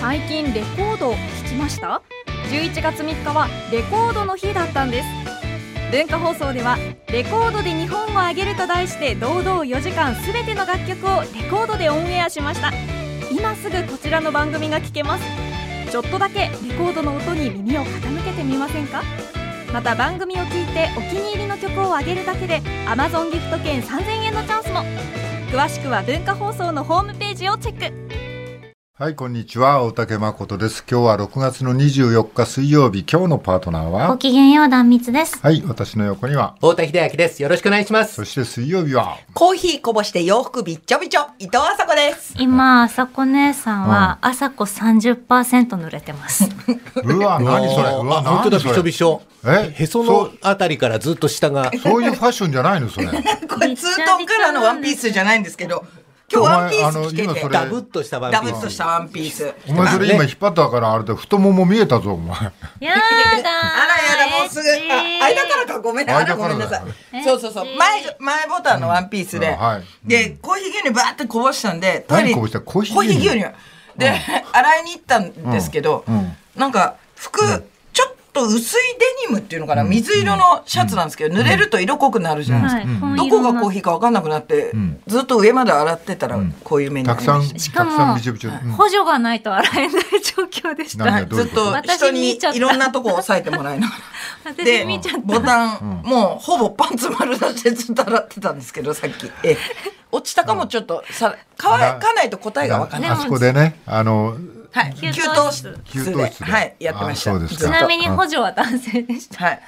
最近レコードを聴きました11月3日はレコードの日だったんです文化放送では「レコードで日本をあげる」と題して堂々4時間全ての楽曲をレコードでオンエアしました今すぐこちらの番組が聴けますちょっとだけレコードの音に耳を傾けてみませんかまた番組を聞いてお気に入りの曲をあげるだけで Amazon ギフト券3000円のチャンスも詳しくは文化放送のホームページをチェックはい、こんにちは。大竹誠です。今日は6月の24日水曜日、今日のパートナーごは、きげんよう、断蜜です。はい、私の横には、太田秀明です。よろしくお願いしますそ。して水曜日 は、コーヒーこぼして洋服びっちょびちょ、伊藤麻子です。今、あさこ姉さんは、あさこ30%濡れて ます。うわ、何それ、うわ、あ本当何そだ、びしょれびしょ。えへそそのうあたりからずっと下が。そういうファッションじゃないの、そ れ。これツートンカラーのワンピースじゃないんですけど、今お日前ワンピース着てあの今そてれ、ダブっとしたワンピダブっーとス。したワンピース。お前それ今引っ張ったから、あれで太もも見えたぞ、お前。やだあらやだ、もうすぐ、あ間からかごめんなさ間い、かごらだめんなさい。そうそうそう、前、前ボタンのワンピースうんでうんはい、で、コーヒー牛乳バーってこぼしたんで、何こぼしたコーヒー牛乳牛乳。で、 洗いに行ったんですけどうんうん、なんか、服、ちょっと薄いデニムっていうのかな、水色のシャツなんですけど、濡れると色濃くなるじゃないですか。どこがコーヒヒーか分かんなくなって、んずっと上まで洗ってたら、こういう目になたりくましさたん、ー。したかくさんもびちょびちょ。うん、補助がないと洗えない状況でした。何がどういずうこっとと人私に見ちゃったいろんなとこ押さえてもらいながら。 私で見ちゃっ、ボた。タン、もうほぼパンツ丸出してずっと洗ってたんですけど、さっき。ええ落ちたかもちょっとさ、乾かないと答えが分かんない。あそこでね、あの、はい、給湯給湯室室で。給湯室ではい、やってました。あそうですかずちっなとみに補助は男性で した。はい。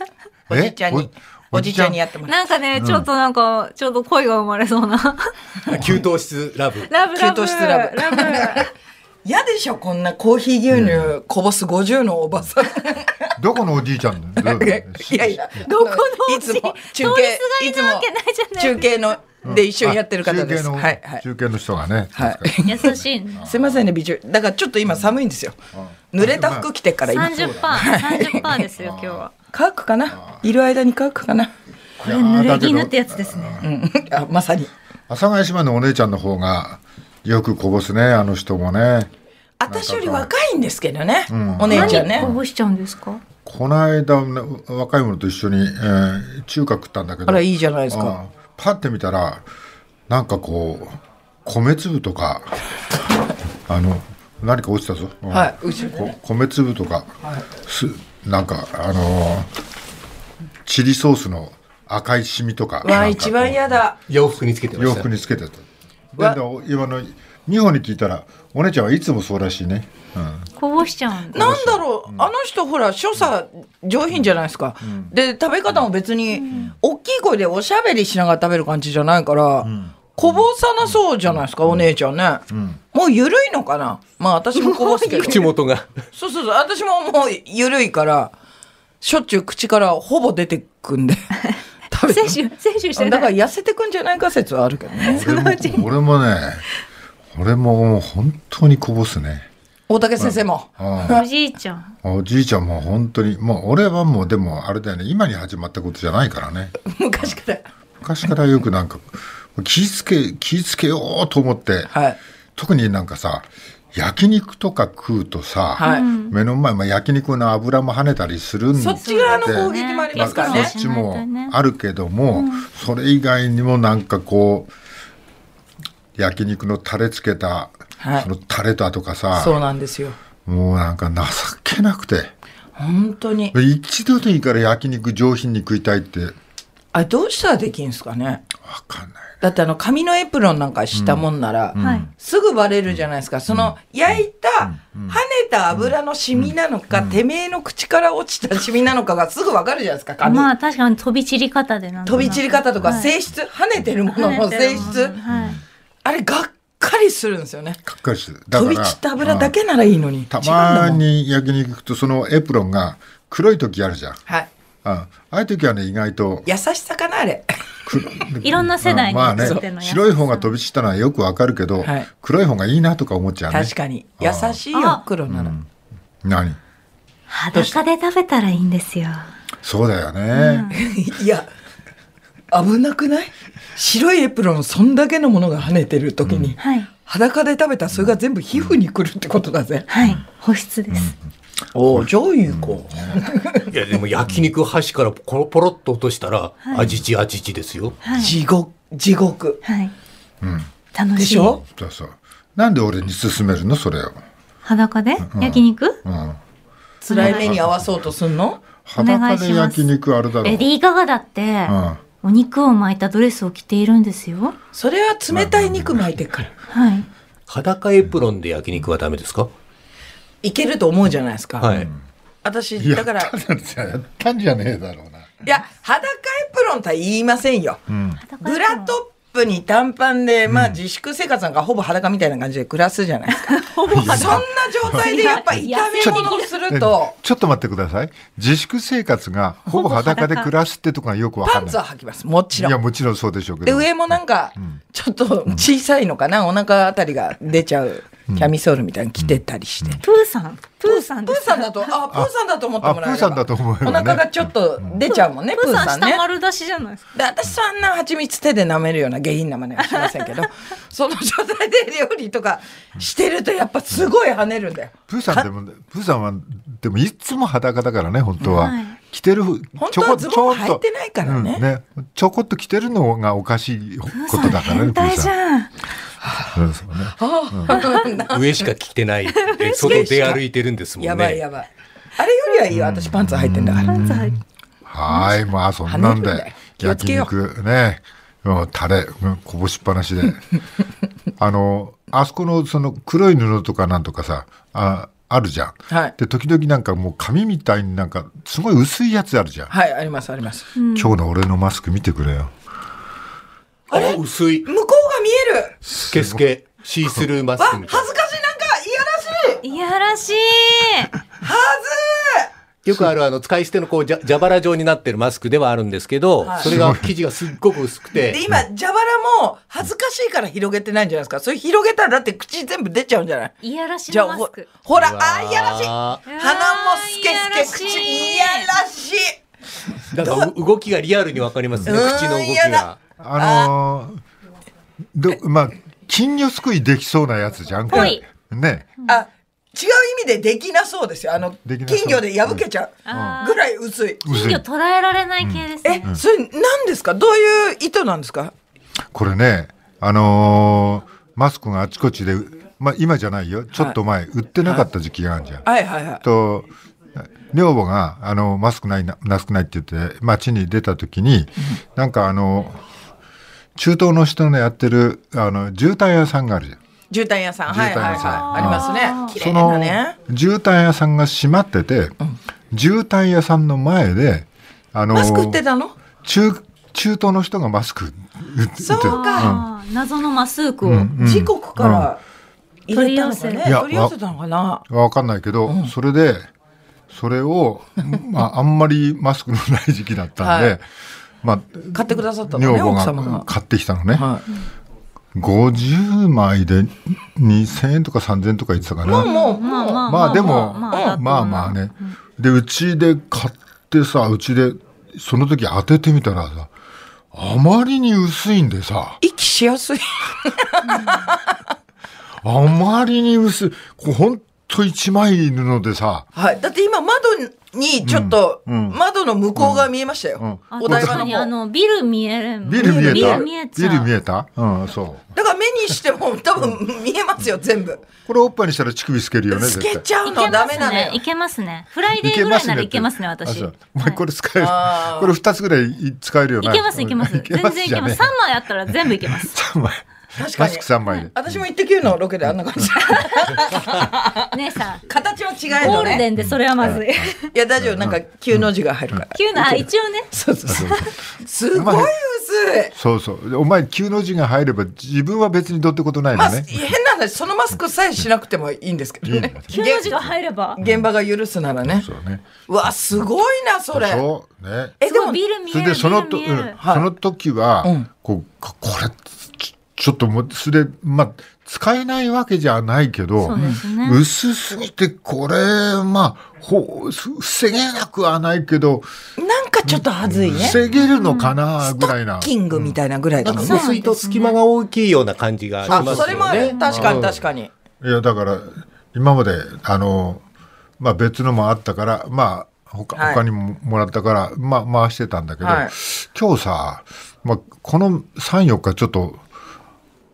おじちゃんに、おおおじじちちゃんゃんにやってもらっなんかね、ちょっとなんか、ちょっと恋が生まれそうな。給湯室ラブ。ラブラブ。給湯室ラブラブ。た。嫌でしょ、こんなコーヒー牛乳こぼす50のおばさん。どこのおじいちゃんだよどういうこと いやいや、どこのおい家つも通り中継、すいがつりなわもけないじゃない中継ので一緒にやってる方です。あ中継の、はいはい。中継の人がね。はい。優しいね。すいませんね、美女。だからちょっと今寒いんですよ。濡れた服着てから今三。十パー、三十パーですよ今日は。乾くかないる間に乾くかな ここれ濡れ衣ってやつですね。あ、まさに。阿佐ヶ谷姉妹のお姉ちゃんの方がよくこぼすねあの人もね私より若いんですけどね。お姉ちゃ何んねこ。ぼしちゃうんですか。この間ね若い者と一緒に、えー中華食ったんだけどあら、いいじゃないですうか。んパッて見たらなんかこう米粒と かあの何か落ちたぞ、うんはい、後ろ。こ米粒とか、すなんかあのーチリソースの赤いシミとかわなあ、んかこ一う番嫌だ。洋服につけてま洋した服。につけてたわででも今の美穂に聞いたらお姉ちゃんはいつもそうらしい ね、うんこぼしちゃうんだ。なんだろう、あの人ほら所作上品じゃないですか、で食べ方も別に大きい声でおしゃべりしながら食べる感じじゃないから、こぼさなそうじゃないですか、お姉ちゃんね、もう緩いのかなまあ私 もこぼすけど口元が。そうそうそう私ももう緩いからしょっちゅう口からほぼ出てく んで食べて選手選手してだかならい。痩せてくんじゃないか説はあるけどねそのうち。俺もね俺ももう本当にこぼすね大竹先生もあおじいちゃん。あおじいちゃんも本当にもう俺はもうでもあれだよね今に始まったことじゃないからね 昔から昔からよくなんか気ぃつけ気ぃつけようと思って、はい特になんかさ焼肉とか食うとさ、はい目の前、まあ、焼肉の油も跳ねたりするんでそっち側の攻撃もありますからまねあそっちもあるけども、それ以外にもなんかこう焼肉のタレつけた、はいそのタレだとかさそうなんですよもうなんか情けなくて本当に一度でいいから焼肉上品に食いたいって分あれどうしたらできんすかねかんないだってあの紙のエプロンなんかしたもんなら、はい。すぐバレるじゃないですか、その焼いた、跳ねた油のシミなのか、てめえの口から落ちたシミなのかがすぐわかるじゃないですか紙、まあ確かに飛び散り方でなんと飛なくび散り方とかはい性質、跳ねてるものの跳ねて性るもの質、はい。あれがっかりするんですよねがっかりするだか飛らび散った油だけならいいのにたま違うんだもんに焼肉食うとそのエプロンが黒い時あるじゃん、はいあああいう時はね意外と優しさかなあれいろんな世代にまあねとっての優しさ白い方が飛び散ったのはよくわかるけど、はい黒い方がいいなとか思っちゃうね確かに優しいよあ黒なら、何裸で食べたらいいんですよ。そうだよね、 いや危なくない白いエプロンそんだけのものが跳ねてる時に、はい。裸で食べたらそれが全部皮膚にくるってことだぜ。はい、保湿です。おお、じゃあいいか。いやでも焼肉箸からポロポロっと落としたら、あじちあじちですよ。はい。地獄、地獄。はい。楽しい。でしょそうそうなんで俺に勧めるのそれを、裸で焼肉うん、辛い目に合わそうとすんの裸で焼肉あれだろレディー・ガガだって、うんお肉を巻いたドレスを着ているんですよ。それは冷たい肉巻いてっから。はい。裸エプロンで焼肉はダメですか。いけると思うじゃないですか。はい。私、やだから、いったんじゃやったんじゃねえだろうなや、裸エプロンとは言いませんよ。グラトップに短パンで、まあ自粛生活なんかほぼ裸みたいな感じで暮らすじゃないです か。そんな状態でやっぱり炒め物をすると、ちょっと待ってください。自粛生活がほぼ裸で暮らすってとこがよくわかパんンない。ツは履きます。もちろいやん。もちろんそうでしょうけで、ど。上もなんか、ちょっと小さいのかな、お腹あたりが出ちゃう。キャミソールみたいに着てたりして。プーさん。プーさんプでーす。さんだと、あ、プーさんだと思ってもらえればあプーさんだと思えばねお腹がちょっと出ちゃうもんね、ププーーささんんね下。丸出しじゃないですか。で私そんな蜂蜜手で舐めるような下品な真似はしませんけどその状態で料理とかしてるとやっぱすごい跳ねるんだよプーさんでも、プーさんは、でもいつも裸だからね、本当は。はい着てる、本当はズボンちょこ履いてないからねうんね。ちょこっと着てるのがおかしいことだからね、変プー態じさん。ゃん。うんそうね上しか着てない。で外出歩いてるんですもんね。 やばいやばいあれよりはいいよ私パンツ履いてんだから、パンツ履いてはーい、まあそんなん跳ねるんだよで、気をつ焼けよう肉ね、もうタレ、うんこぼしっぱなし で。あの、あそこのその黒い布とかなんとかさ、ああるじゃん。はいで、時々なんかもう紙みたいになんか、すごい薄いやつあるじゃん。はいありますあります今日の俺のマスク見てくれよ。あ薄い向こうが見えるスケスケシースルーマわスク恥みずたいかしいなんかいやらしいいやらしい。なよくあるあの使い捨てのこうじゃ蛇腹状になってるマスクではあるんですけど、はいそれが生地がすっごく薄くてで今蛇腹も恥ずかしいから広げてないんじゃないですかそれ広げたらだって口全部出ちゃうんじゃないいやらしじゃのあマスほク。ほらうわあーいやらしーい鼻もスケスケ口いいややらしいだからう動きがリアルにわかりますねうん口の動き嫌だが。あのーど、まあ、金魚すくいできそうなやつじゃんはか。いね。あ違う意味でできなそうですよあのできなそう金魚で破けちゃあうーぐらい薄い。薄金い魚捉えられない系ですえね。、それ何ですかどういう意図なんですかこれね、あのーマスクがあちこちで、まあ今じゃないよ、ちょっと前、売ってなかった時期があるじゃん。はいはいはい。と女房があのマスクないなマスクないって言って街に出た時になんかあの中東の人のやってるあの絨毯屋さんがあるじゃん。絨毯屋さん。はいはい絨毯屋さんはい。ありますね。綺麗そなのね。絨毯屋さんが閉まってて、絨毯屋さんの前であのマスク売ってたの中中東の人がマスク売ってそうか。あー謎のマスクを。時刻から入れたのかね取り寄。せいや取り寄せたのかなわかんないけど、それでそれを、まあ、あんまりマスクのない時期だったんで、はいまあ買ってくださったの女ね、房奥様がが。買ってきたのね、はい50枚で2000円とか3000円とか言ってたかな、もう、まあまあまあでも、ままあまああまあね、でうちで買ってさうちでその時当ててみたらさあまりに薄いんでさ息しやすい。 あまりに薄いこうほんと1枚布でさはい。だって今窓にちょっと、窓の向こうが見えましたよ。あお台確か場のにあ方。のビル見えるビル見えたビル見えちゃう見えたうんそうだから目にしても多分見えますよ、全部。これおっぱいにしたら乳首透けるよね透絶対けちゃういけのまダすメなのねよ。いけますねフライデーぐらいならいけますねって私あそうおは前いこれ使える、あーこれ2つぐらい使えるよないいけますいけます全然いけます3枚あったら全部い けます3枚確かマにスク。3枚で私も「イッテ Q!」のロケであんな感じ 姉さん形は違えゴーのルねデンでそれはまずいいや大丈夫なんか急の字が入るから、急なあ一応ねそうそうそうすごい薄いそうそう。でお前、急の字が入れば、自分は別にどうってことないまのあね。変な話そのマスクさえしなくてもいいんですけど ね急の字が入れば現場が許すならねそうね。うわすごいなそでれしょね。えすでごもいビル見そえれるで、そのビルと、う見えんる、はいその時は、うんこう、ここれ、ちちょっともう、それ、まあ、使えないわけじゃないけど、そうですね薄すぎて、これ、まあ、ほう、す防げなくはないけど、なんかかちょっとはずいね。ス防げるのかなぐトらいなッ。キングみたいなぐらいなかんかな。無水と隙間が大きいような感じがしますよね。あ、それもある。確かに確かに。いやだから今まであの、まあ、別のもあったからまあ他,、はい他にももらったから、まあ、回してたんだけど、はい今日さ、まあ、この34日ちょっと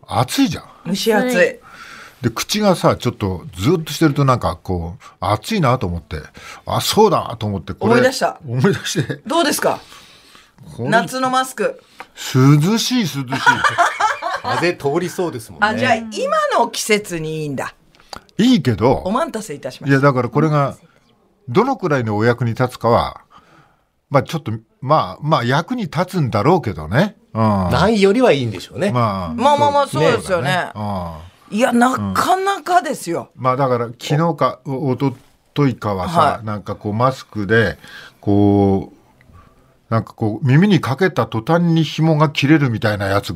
暑いじゃん。蒸し暑い。で口がさちょっとずっとしてるとなんかこう暑いなと思ってあそうだと思ってこれ思い出した思い出してどうですかこの夏のマスク。涼しい涼しい風通りそうですもんね。あ、じゃあ今の季節にいいんだ。 いいけどお待たせいたしまいしやだからこれがどのくらいのお役に立つかはまあちょっとまあまあ役に立つんだろうけどね、うん、まないよりはいいんでしょうね。あた。まあまあまあ、そそううですよね。ういや、なかなかですよ。ん、まあだから昨日かおおとといかはさ、はいなんかこうマスクでこうなんかこう耳にかけた途端に紐が切れるみたいなやつ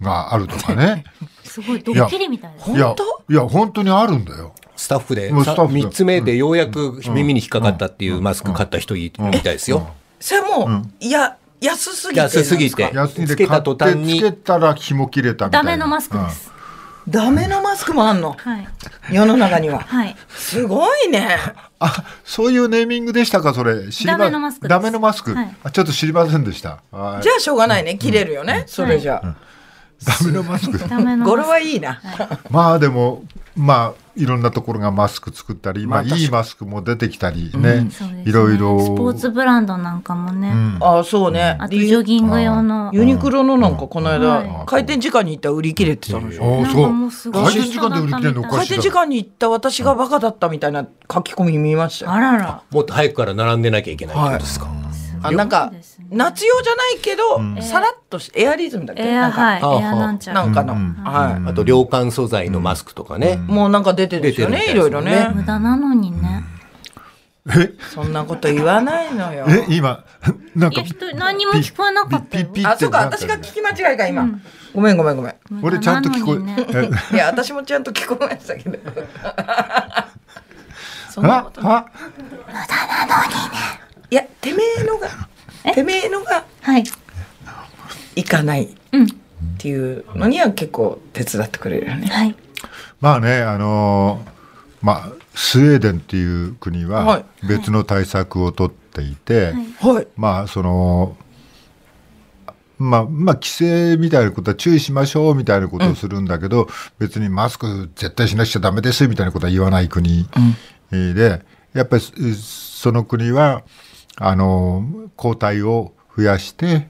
があるとか ねすごいドッキリみたいですほいや本当いや本当にあるんだよスタッフでもうスタッフで3つ目でようやく耳に引っかかったっていうマスク買った人いみたいですよ。それもう、いや、安すぎてなんですか。安すぎて安いでつけ買たって途端につけたら紐切れたみたダいなメのマスクです、ダメのマスクもあんの。はい世の中に は。はいすごいね。あ、そういうネーミングでしたか、それ。知りまダメのマスクですダメのマスク、はいあちょっと知りませんでした。はいじゃあしょうがないね。切れるよね。それじゃダメのマスク。ダメのマあ。スク語呂はいいな。まあでも、まあ、いろんなところがマスク作ったり、まあ、いいマスクも出てきたりね、そうですねいろいろ。スポーツブランドなんかもね、あ、そうね。あとジョギング用のユニクロのなんかこのは間、開店時間に行ったら売り切れてたのでしょ。おーなんかもうすそう。ごい開店時間で売り切れるのおか開しい店だ時ろ。間に行った私がバカだったみたいな書き込み見ましたよあららもっと早くから並んでなきゃいけないってことですか。あなんかですね夏用じゃないけど、さらっとしエアリズムだっけエなアんかはいエアなんちゃならんかの、はあと涼感素材のマスクとかね。い、もうなんか出てるんですよね出ているろいみろたいですねね、無駄なのにねそんなこと言わないのよえ、今、 なんいかや、人何にも聞こえなかったよピッピッあそうか私が聞き間違いか今、ごめんごめんごめん無俺駄ちゃんと聞こなのにねえ、いや私もちゃんと聞こえましたけどそんなあこ、とないあ、 いやてめえのがてめえのがはいいかないっうんていうのには結構手伝ってくれるよねはいまあね、あのーまあ、スウェーデンっていう国ははい別の対策を取っていて、はいまあそのまあまあ規制みたいなことは注意しましょうみたいなことをするんだけど、別にマスク絶対しなくちゃダメですみたいなことは言わない国えーで、やっぱりすその国はあの抗体を増やして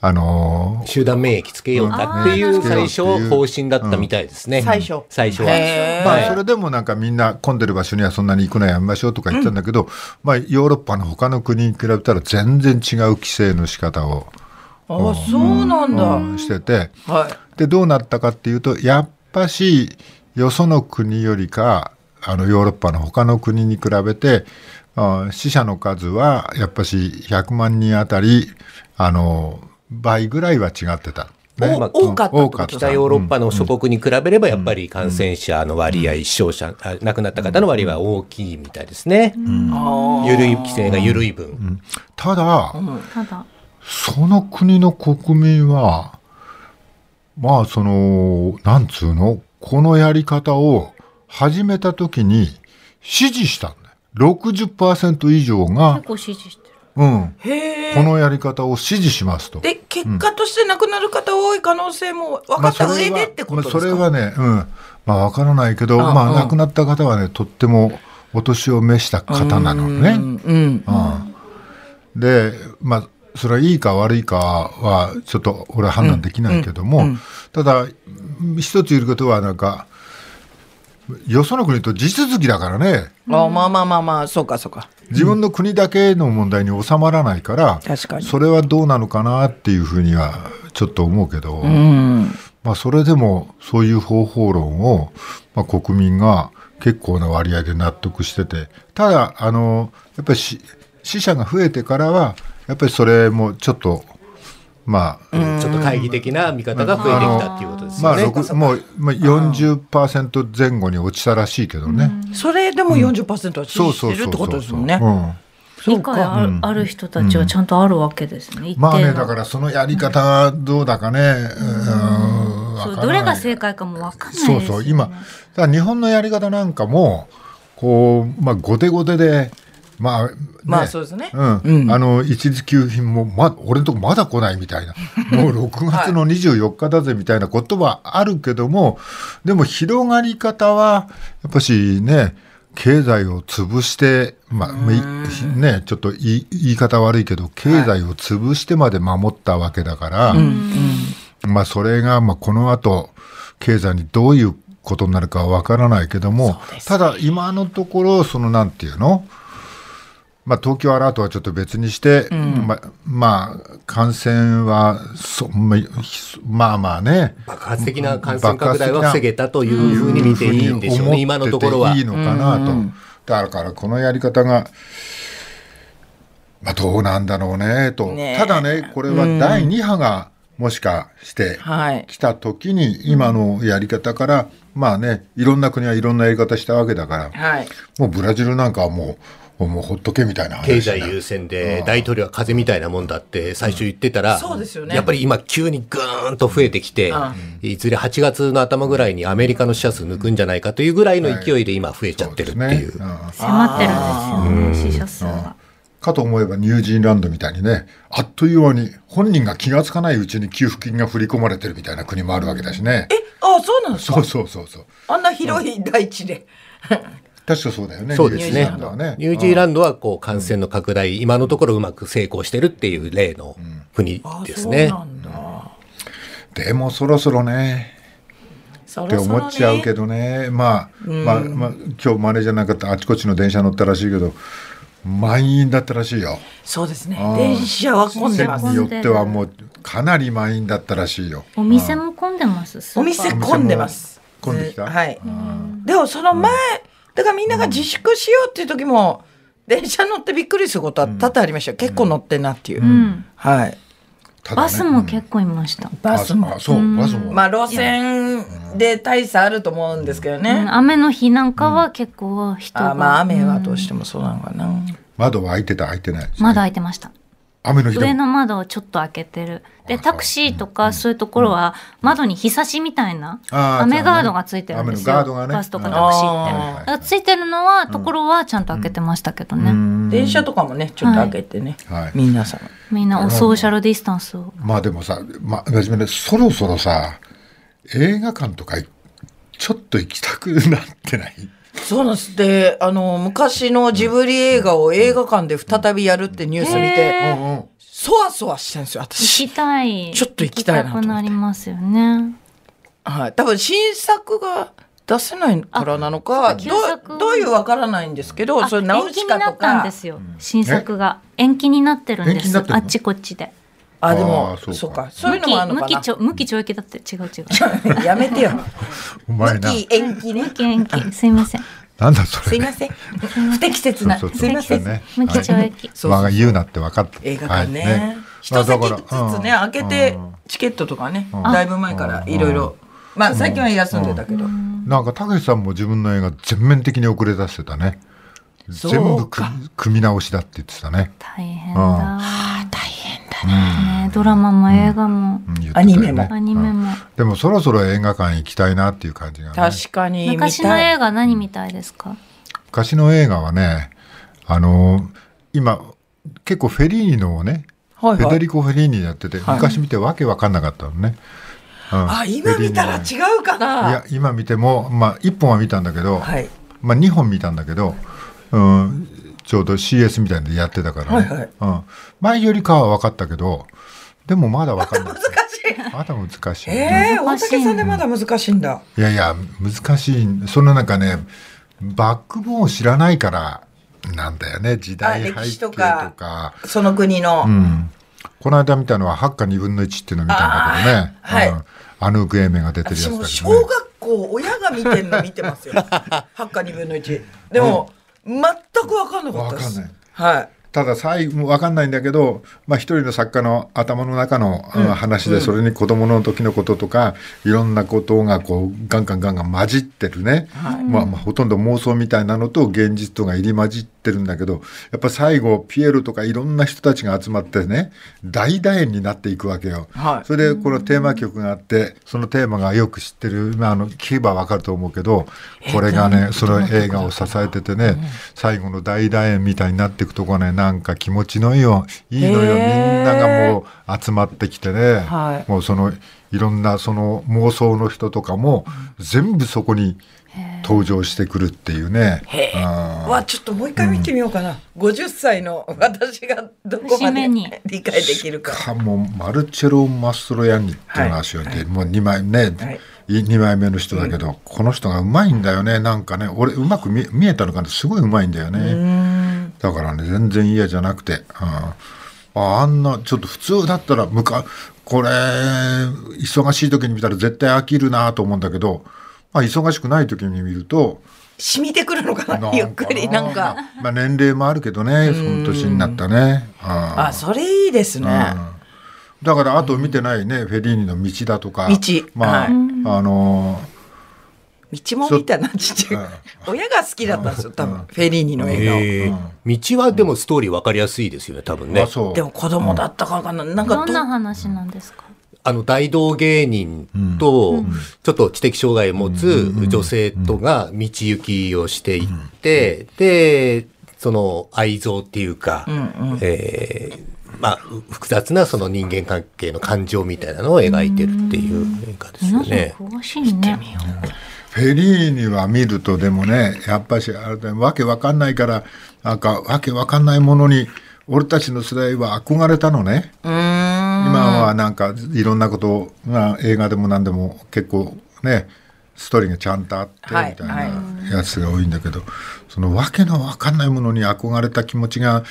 あの集団免疫つけようかっていあうーなる最ほど初方針だったみたいですね。最初最初は。へーまあ、はそいれでもなんかみんな混んでる場所にはそんなに行くのやめましょうとか言ってたんだけど、まあ、ヨーロッパの他の国に比べたら全然違う規制の仕方を、あそうなんだ、うんしててはいでどうなったかっていうとやっぱしよその国よりかあのヨーロッパの他の国に比べてあ死者の数はやっぱし100万人あたりあの倍ぐらいは違ってた。お多かったってこと多かった北ヨーロッパの諸国に比べれば、やっぱり感染者の割合、死傷者、あ亡くなった方の割合は大きいみたいですね。緩い規制が緩い分。ただ、ただその国の国民は、まあその、なんつうの、このやり方を始めた時に支持したんだよ。60%以上が結、構支持してるうん、へえこのやり方を支持しますと。で結果として亡くなる方多い可能性も分かまあったそ上れはでってことですか、まあそれはね、うん、まあわからないけど、あまうあん亡くなった方はね、とってもお年を召した方なのね。うんうんでまあそれはいいか悪いかはちょっと俺は判断できないけども、ただ一つ言えることはなんかよその国と地続きだからねあまあまあまあまあそうかそうか自分の国だけの問題に収まらないから、確かにそれはどうなのかなっていうふうにはちょっと思うけど、うんまあ、それでもそういう方法論を、まあ、国民が結構な割合で納得しててただあのやっぱりし死者が増えてからはやっぱりそれもちょっとまあ、ちょっと懐疑的な見方が増えてきたっていうことですまよあ、ね。六もう、まあ、40%前後に落ちたらしいけどね、それでも40%は支そう持しそうそうてるそっうてことですもんねうんそう理解か。ある,、ある人たちはちゃんとあるわけですね。一定のまあね、だからそのやり方どうだかね、うんわそうからないどれが正解かもわかんないですそようね。そう、今、だから日本のやり方なんかも、こう、まあ、後手後手で、まあ、ねまあそうですねうん。うんあの、一時給品も、ま、俺のとこまだ来ないみたいな。もう6月の24日だぜみたいなことはあるけども、でも広がり方は、やっぱしね、経済を潰して、まあ、いね、ちょっと言い言い方悪いけど、経済を潰してまで守ったわけだから、まあ、それが、まあ、この後、経済にどういうことになるかはわからないけども、ただ、今のところ、その、なんていうのまあ、東京アラートはちょっと別にして、まあまあ、感染はそ、まあひまあまあね、爆発的な感染拡大は防げたというふうに見ていいんでしょうね、今のところは。いいのかなと、だからこのやり方が、まあ、どうなんだろうねとねえただねこれは第2波がもしかしてはい。来た時に今のやり方から、まあねいろんな国はいろんなやり方したわけだからはい。もうブラジルなんかはもうもうほっとけみたいな話経済優先で大統領は風邪みたいなもんだって最初言ってたら、そうですよねやっぱり今急にぐーんと増えてきて、いずれ8月の頭ぐらいにアメリカの死者数抜くんじゃないかというぐらいの勢いで今増えちゃってるっていそうう。ですねうん迫ってるんですよね、死者数が。かと思えばニュージーランドみたいにねあっという間に本人が気がつかないうちに給付金が振り込まれてるみたいな国もあるわけだしねえ、あ、そうなんですそうか。そうそうそうあんな広い大地で。確かそうだよねそうですニュージーねランドはね。ニュージーランドはこう感染の拡大、今のところうまく成功してるっていう例の国あ、ですそうね。なんだ。でもそろそろねそってろそろね思っちゃうけどねまあ、まあまあ今日マネージャーなんかってあちこちの電車乗ったらしいけど満員だったらしいよそうですねあ。ー電車は混んで線ますに。よってはもうかなり満員だったらしいよお店も混んでます。スーパーお店混んでます。お店も混んできたはい。でもその前、だからみんなが自粛しようっていう時も、電車乗ってびっくりすることは多々ありましたよ。結構乗ってんなっていう。うん。はい。ただねバスも結構いました。バスあも。そうバスも、まあ路線で大差あると思うんですけどうんね。雨の日なんかは結構人が、あまあ雨はどうしてもそうなのかな。窓は開いてた開いてないまだ開いてました。雨の日で上もの窓をちょっと開けてる。で、タクシーとかそういうところは窓に日差しみたいなあー雨ガードがついてるんですよ。雨のガードがねバスとかタクシーって。あーだからついてるのは、ところはちゃんと開けてましたけどね。電車とかもね、ちょっと開けてねはいはい。皆さん。みんなおソーシャルディスタンスを。まあでもさまあ真面目ねそろそろさ映画館とかいちょっと行きたくなってないそうなんです。で、あの、昔のジブリ映画を映画館で再びやるってニュース見て、そわそわしてんですよ、私。 行きたい。ちょっと行きたいなと思って行きくなりますよね。はい、多分新作が出せないからなのか、あど旧作うどういうわからないんですけど、あそれナウ延期シにカなとったんかで、すよ。新作が。延期になってるん延で期にす。なってるあのっちこっちで。あであもーそうかそうか、そうい向うのもあるき、無のか期な。ちょ無期懲役だって違う違う。 やめてよ。お前な期延期ね無。期延期。すいません。なんだそれすいません。不適切な。そうそうすいません。そうね無期懲役。そう我が言うなって分かった映画館ね。はい一席ずつね、まあだから開けてうんチケットとかね、だいぶ前からいろいろ。まあ最近は休んでたけど。なんかたけしさんも自分の映画全面的に遅れ出してたねそう全部くか組み直しだって言ってたね、大変うだん。大変だ。ねドラマも映画も、うん言ってたアよねニメもアニメも。でもそろそろ映画館行きたいなっていう感じが、ね、確かに見昔のたい。映画何見たいですか昔の映画はねあの今結構フェリーニのをね、はいはいフェデリコ・フェリーニやってて、はい昔見てわけわかんなかったのね、うんあ今見たらフェリーニ違うかのいなや。今見てもまあ1本は見たんだけど、はいまあ、2本見たんだけど、うん、ちょうど CS みたいのでやってたから、ねはいはいうん、前よりかは分かったけどでもまだ分かんない 難しい。まだ難しい、ええ大難しい竹さんでまだ難しいんだ。いやいや難しいそのなんかねバックボーンを知らないからなんだよね時代背あ歴史景ととかかその国の。うん、この間見たのは「ハッカ2分の1」っていうの見たんだけどねあーはいうんアヌーク・エーメンが出てるやつ私だけもど、ね、小学校親が見てんの見 てますよ。ハッカ二分の一。でも、全く分かんなかったです。分かんないはい。ただ最後分かんないんだけど、まあ、一人の作家の頭の中のあの話で、それに子供の時のこととか、いろんなことがこうガンガンガンガン混じってるね、まあ、まあほとんど妄想みたいなのと現実とが入り混じってるんだけどやっぱ最後ピエロとかいろんな人たちが集まってね大団円になっていくわけよ。はいそれでこのテーマ曲があってそのテーマがよく知ってる、まあ、あの聞けばわかると思うけどこれがねその映画を支えててね最後の大団円みたいになっていくとこがねなんか気持ちのいいよいいのよみへーんながもう集まってきてね、はいもうそのいろんなその妄想の人とかも全部そこに登場してくるっていうね。うんわちょっともう一回見てみようかな、50歳の私がどこま節目にで理解できるかかもマルチェロ・マストロヤンニっていう話をして、もう2枚ね、はいい二2枚目の人だけど、この人がうまいんだよねなんかね俺うまく見見えたのかなすごいうまいんだよねだからね全然嫌じゃなくて、うんああんなちょっと普通だったらむかこれ忙しい時に見たら絶対飽きるなと思うんだけど、まあ、忙しくない時に見ると染みてくるのか なゆっくりなんか、まあ、年齢もあるけどねその年になったね。うんあそれいいですね、だからあと見てないね、フェリーニの道だとか道まあ、はいあの道も見たなちっちゃい親が好きだったんですよ多分フェリーニの映画を、えー道はでもストーリー分かりやすいですよね多分ーねあそうでも子供だったからかななんかどどんな話なんですかあの大道芸人とちょっと知的障害を持つ女性とが道行きをしていってでその愛憎っていうかえーまあう複雑なその人間関係の感情みたいなのを描いてるっていう映画ですよ皆さんね。詳しいね。フェリーニは見るとでもねやっぱしあれだねわけわかんないからなんかわけわかんないものに俺たちの世代は憧れたのね今はなんかいろんなことが映画でも何でも結構ねストーリーがちゃんとあってみはいたいなやつが多いんだけど、そのわけのわかんないものに憧れた気持ちが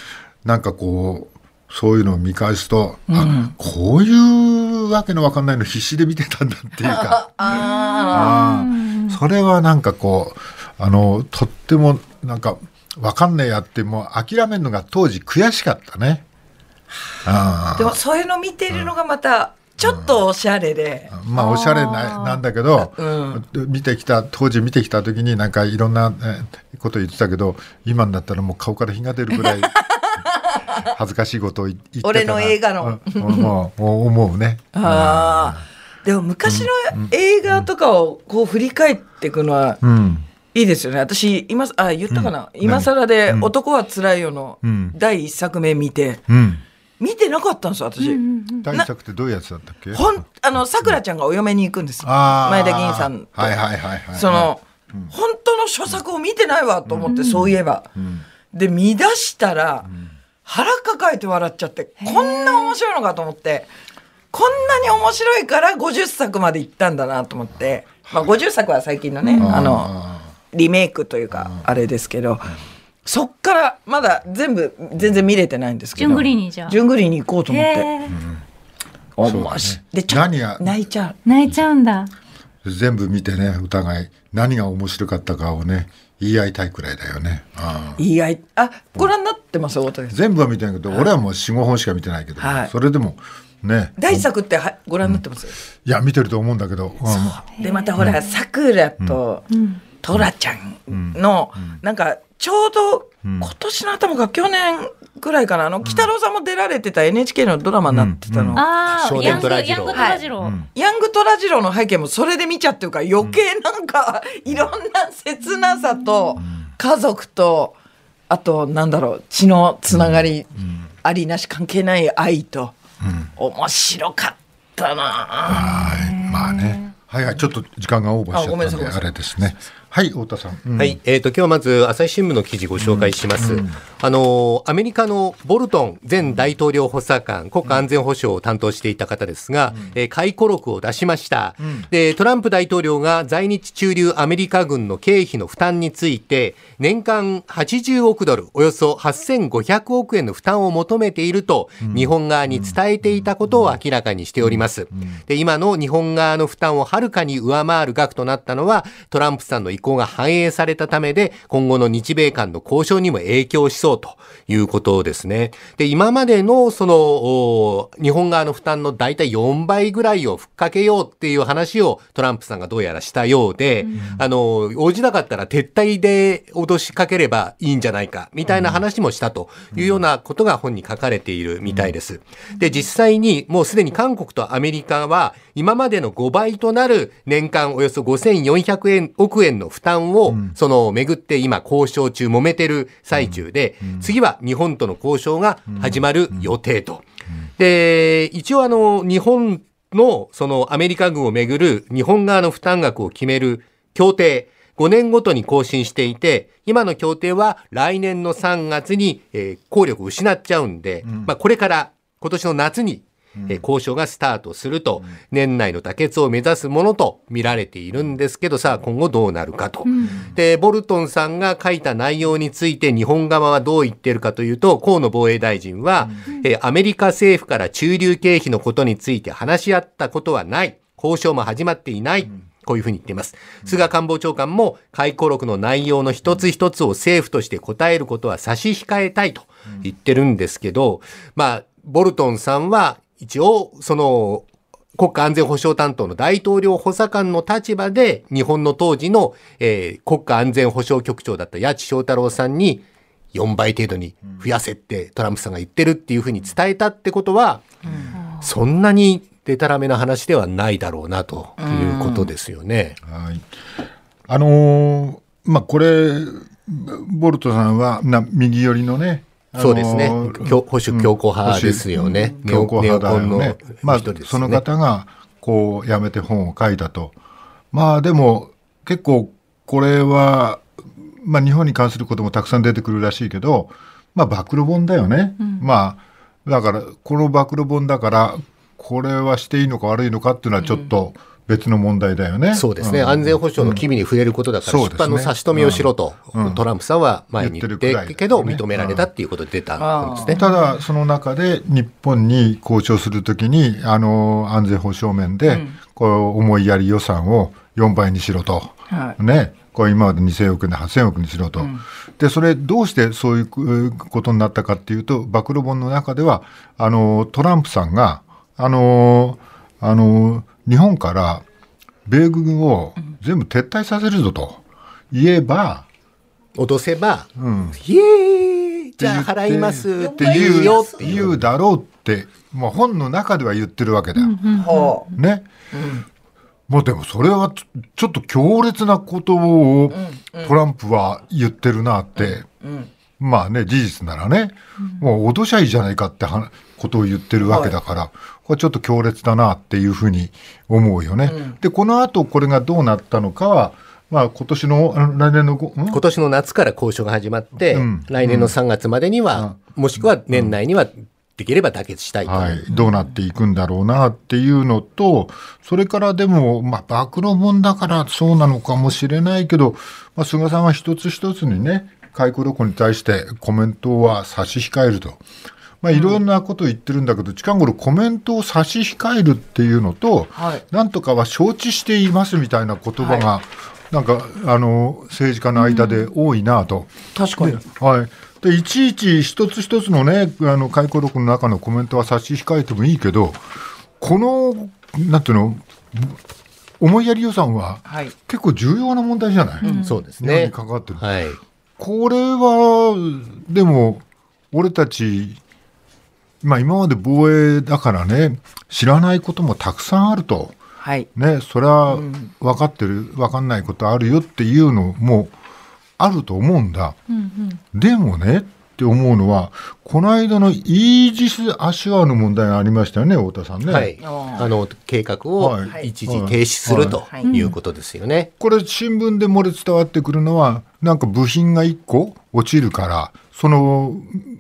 なんかこうそういうのを見返すと、あこういうわけのわかんないの必死で見てたんだっていう か。あーそれはなんかこうあのとってもなんかわかんねえやってもう諦めるのが当時悔しかったね。あーでもそういうの見てるのがまたちょっとおしゃれで、まあおしゃれななんだけど、う見てきた当時見てきた時になんかいろんなえーこと言ってたけど今になったらもう顔から火が出るぐ らい恥ずかしいことを言ってたな俺の映画のうんもうもう思うねあーでも昔の映画とかをこう振り返っていくのはうんいいですよね私今あ言ったかな、今更で「男はつらいよ」のん第一作目見て、うん見てなかったんですよ私、大作ってどういうやつだったっけほんあのさくらちゃんがお嫁に行くんですあー前田銀さんとはいはいはいはいその、本当の著作を見てないわと思って、そういえば、で見出したら、腹抱えて笑っちゃってこんな面白いのかと思ってこんなに面白いから50作まで行ったんだなと思って、まあ、50作は最近のね、あのリメイクというかあれですけど、そっからまだ全部全然見れてないんですけどジュングリーニじゃあジュングリーニ行こうと思ってへえ面白いでちょっ何とが泣いちゃう。泣いちゃうんだ。全部見てねお互い何が面白かったかをね言い合いたいくらいだよね、うん言い合いあご覧になってます大竹さん全部は見てないけど俺はもう45本しか見てないけど、はいそれでもね大作ってはご覧になってます、いや見てると思うんだけど、うんでまたほらさくらとトラちゃんのなんかちょうど今年の頭か去年ぐらいかなあの鬼太郎さんも出られてた NHK のドラマになってたの。ああ、少ヤン年グトヤンラグジロートラジロー。ヤングトラジロの背景もそれで見ちゃってるから余計なんかいろんな切なさと家族とあとなんだろう血のつながりありなし関係ない愛と面白かったなあはいまあねはいはいちょっと時間がオーバーしちゃったんあごめんでなさあいれですねはい太田さん、うんはい、えー、と今日はまず朝日新聞の記事ご紹介します、あのーアメリカのボルトン前大統領補佐官国家安全保障を担当していた方ですが、えー回顧録を出しました、でトランプ大統領が在日駐留アメリカ軍の経費の負担について年間80億ドルおよそ8500億円の負担を求めていると日本側に伝えていたことを明らかにしております、で今の日本側の負担をはるかに上回る額となったのはトランプさんの意向考が反映されたためで、今後の日米間の交渉にも影響しそうということですね。で、今までのその、お日本側の負担の大体4倍ぐらいをふっかけようっていう話をトランプさんがどうやらしたようで、あの、応じなかったら撤退で脅しかければいいんじゃないか、みたいな話もしたというようなことが本に書かれているみたいです。で、実際にもうすでに韓国とアメリカは今までの5倍となる年間およそ5400円億円の負担を、その、巡って今交渉中、揉めてる最中で、次は日本との交渉が始まる予定と。で、一応あの、日本の、そのアメリカ軍をめぐる日本側の負担額を決める協定、5年ごとに更新していて、今の協定は来年の3月に、えー効力を失っちゃうんで、まあこれから今年の夏に、えー交渉がスタートすると、年内の妥結を目指すものと見られているんですけど、さあ今後どうなるかと。で、ボルトンさんが書いた内容について日本側はどう言ってるかというと、河野防衛大臣は、えーアメリカ政府から駐留経費のことについて話し合ったことはない。交渉も始まっていない。こういうふうに言っています。菅官房長官も回顧録の内容の一つ一つを政府として答えることは差し控えたいと言ってるんですけど、まあ、ボルトンさんは一応、その、国家安全保障担当の大統領補佐官の立場で、日本の当時の、えー国家安全保障局長だった八千翔太郎さんに、4倍程度に増やせってトランプさんが言ってるっていうふうに伝えたってことは、そんなにでたらめな話ではないだろうなということですよね。はい、あのーまあこれボルトさんはな右寄りのね、あのーそうですね。強保守強硬派ですよね。強硬派だよネオねコンの。まあ人ですねその方がこうやめて本を書いたと。まあでも結構これは、まあ、日本に関することもたくさん出てくるらしいけど、まあ、暴露本だよね。まあだからこの暴露本だからこれはしていいのか悪いのかっていうのはちょっと別の問題だよね。そうですね。ん安全保障の機微に触れることだから、うん出版の差し止めをしろと、トランプさんは前に言言ってってるるけくど、らいですね認められたっていうことで出たんですね。ただその中で日本に交渉するときにあの安全保障面で、こう思いやり予算を4倍にしろと、はいね、こう今まで2000億円で8000億にしろと、でそれどうしてそういううことになったかっていうと暴露本の中ではあのトランプさんがあのあの日本から米軍を全部撤退させるぞと言えば、脅せば、うん、イエーイじゃあ払いますっってて言言ううよってい言う。うだろうって、まあ、本の中では言ってるわけだよ。はね。まあでもそれはちょちょっと強烈なことをトランプは言ってるなって、まあね事実ならね、もう脅しゃいいじゃないかってはことを言ってるわけだから、これちょっと強烈だなっていうふうに思うよね。でこの後これがどうなったのかは、まあ、今年のあの来年のごん今年の夏から交渉が始まって、うん来年の3月までには、もしくは年内にはできれば妥結したいと。はい、どうなっていくんだろうなっていうのと、それからでも、まあ、暴露本だからそうなのかもしれないけど、まあ、菅さんは一つ一つにね、回顧録に対してコメントは差し控えると。まあ、いろんなことを言ってるんだけど、近頃コメントを差し控えるっていうのと、はいなんとかは承知していますみたいな言葉が、なんか、あの、政治家の間で多いなと。い、確かに。はい、でいちいち一つ一つのね、あの回顧録の中のコメントは差し控えてもいいけど、この、なんていうの、思いやり予算ははい。結構重要な問題じゃない、そうです日本ねに。関わってる。はい。これは、でも、俺たち、まあ、今まで防衛だからね、知らないこともたくさんあると。はい。ね、それは分かってる、分かんないことあるよっていうのもあると思うんだ。でもねって思うのは、この間のイージス・アシュアーの問題がありましたよね、太田さんね。はい。あーあの、計画をはい一時停止するとはいいうことですよね。これ、新聞で漏れ伝わってくるのは、なんか部品が1個落ちるから、その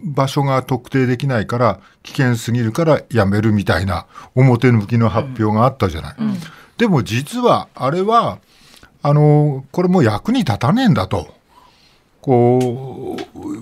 場所が特定できないから、危険すぎるからやめるみたいな表向きの発表があったじゃない。でも実は、あれは、あの、これもう役に立たねえんだと。こ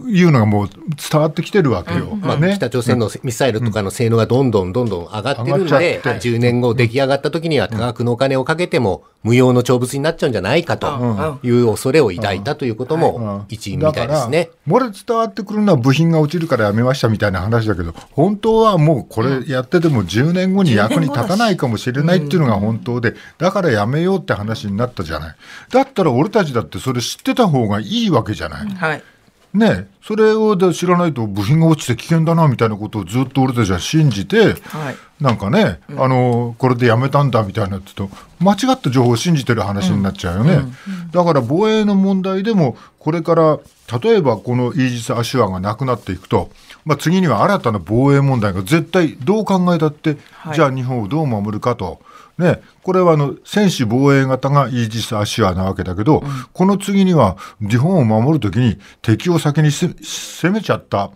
ういうのがもう伝わってきてるわけよ。まあね北朝鮮のミサイルとかの性能がどんどんどんどん上がってる上がんっちゃで、って10年後出来上がった時には多額のお金をかけても無用の長物になっちゃうんじゃないかという恐れを抱いたということも一因みたいですね。漏れ伝わってくるのは部品が落ちるからやめましたみたいな話だけど本当はもうこれやってても10年後に役に立たないかもしれないっていうのが本当でだからやめようって話になったじゃないだったら俺たちだってそれ知ってた方がいいわけじゃない。はい。ねえそれをで知らないと部品が落ちて危険だなみたいなことをずっと俺たちは信じて、はいなんかね、あのこれでやめたんだみたいなって言うと間違った情報を信じてる話になっちゃうよね、だから防衛の問題でもこれから例えばこのイージス・アシュアがなくなっていくと、まあ、次には新たな防衛問題が絶対どう考えたって、はいじゃあ日本をどう守るかと。ね、これはあの専守防衛型がイージス・アシュアなわけだけど、この次には日本を守るときに敵を先にせ攻めちゃった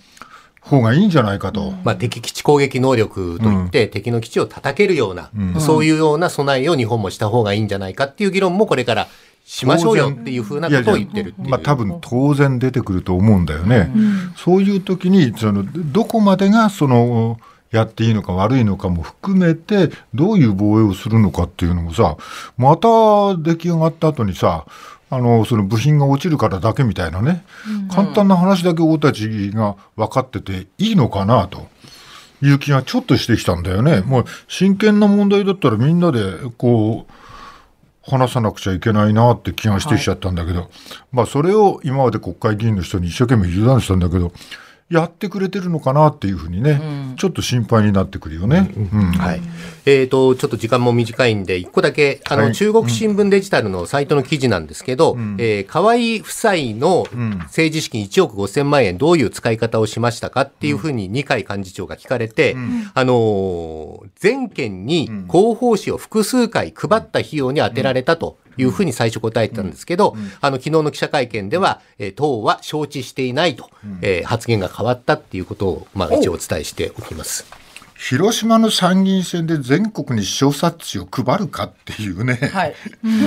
方がいいんじゃないかと。まあ、敵基地攻撃能力といって、敵の基地を叩けるような、そういうような備えを日本もした方がいいんじゃないかっていう議論もこれからしましょうよっていうふうなことを言ってるっていう。まあ、多分当然出てくると思うんだよね、そういう時にそのどこまでがそのやっていいのか悪いのかも含めてどういう防衛をするのかっていうのもさまた出来上がった後にさあのその部品が落ちるからだけみたいなね、簡単な話だけ俺たちが分かってていいのかなと。いう気がちょっとしてきたんだよね。もう真剣な問題だったらみんなでこう話さなくちゃいけないなって気がしてきちゃったんだけど、まあそれを今まで国会議員の人に一生懸命委ねてたんだけどやってくれてるのかなっていうふうにね、ちょっと心配になってくるよね。うんはい。えっ、と、ちょっと時間も短いんで、一個だけ、あの、はい中国新聞デジタルのサイトの記事なんですけど、えー河合夫妻の政治資金1億5000万円、どういう使い方をしましたかっていうふうに二階幹事長が聞かれて、あのー全県に広報誌を複数回配った費用に充てられたと。いうふうに最初答えてたんですけど、あの、昨日の記者会見では、えー党は承知していないと、えー発言が変わったっていうことを、まあ、一応お伝えしておきます。広島の参議院選で全国に小冊子を配るかっていうね、はい。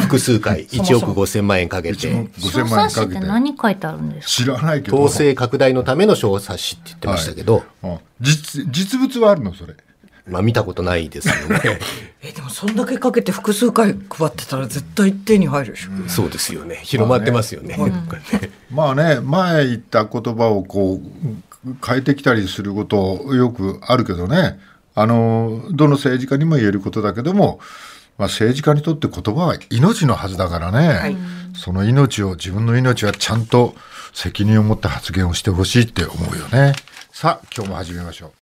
複数回1億5000万円かけて5000小万円冊子かっけてて何書いてあるんですか知らないけど統制拡大のための小冊子って言ってましたけど、うん実実物はあるのそれ。まあ見たことないですよねえ、でもそんだけかけて複数回配ってたら絶対一定に入るでしょ。 そうですよね広まってますよね,、まあね前言った言葉をこう変えてきたりすることよくあるけどねあのどの政治家にも言えることだけども、まあ、政治家にとって言葉は命のはずだからね、いその命を自分の命はちゃんと責任を持って発言をしてほしいって思うよねさあ今日も始めましょう。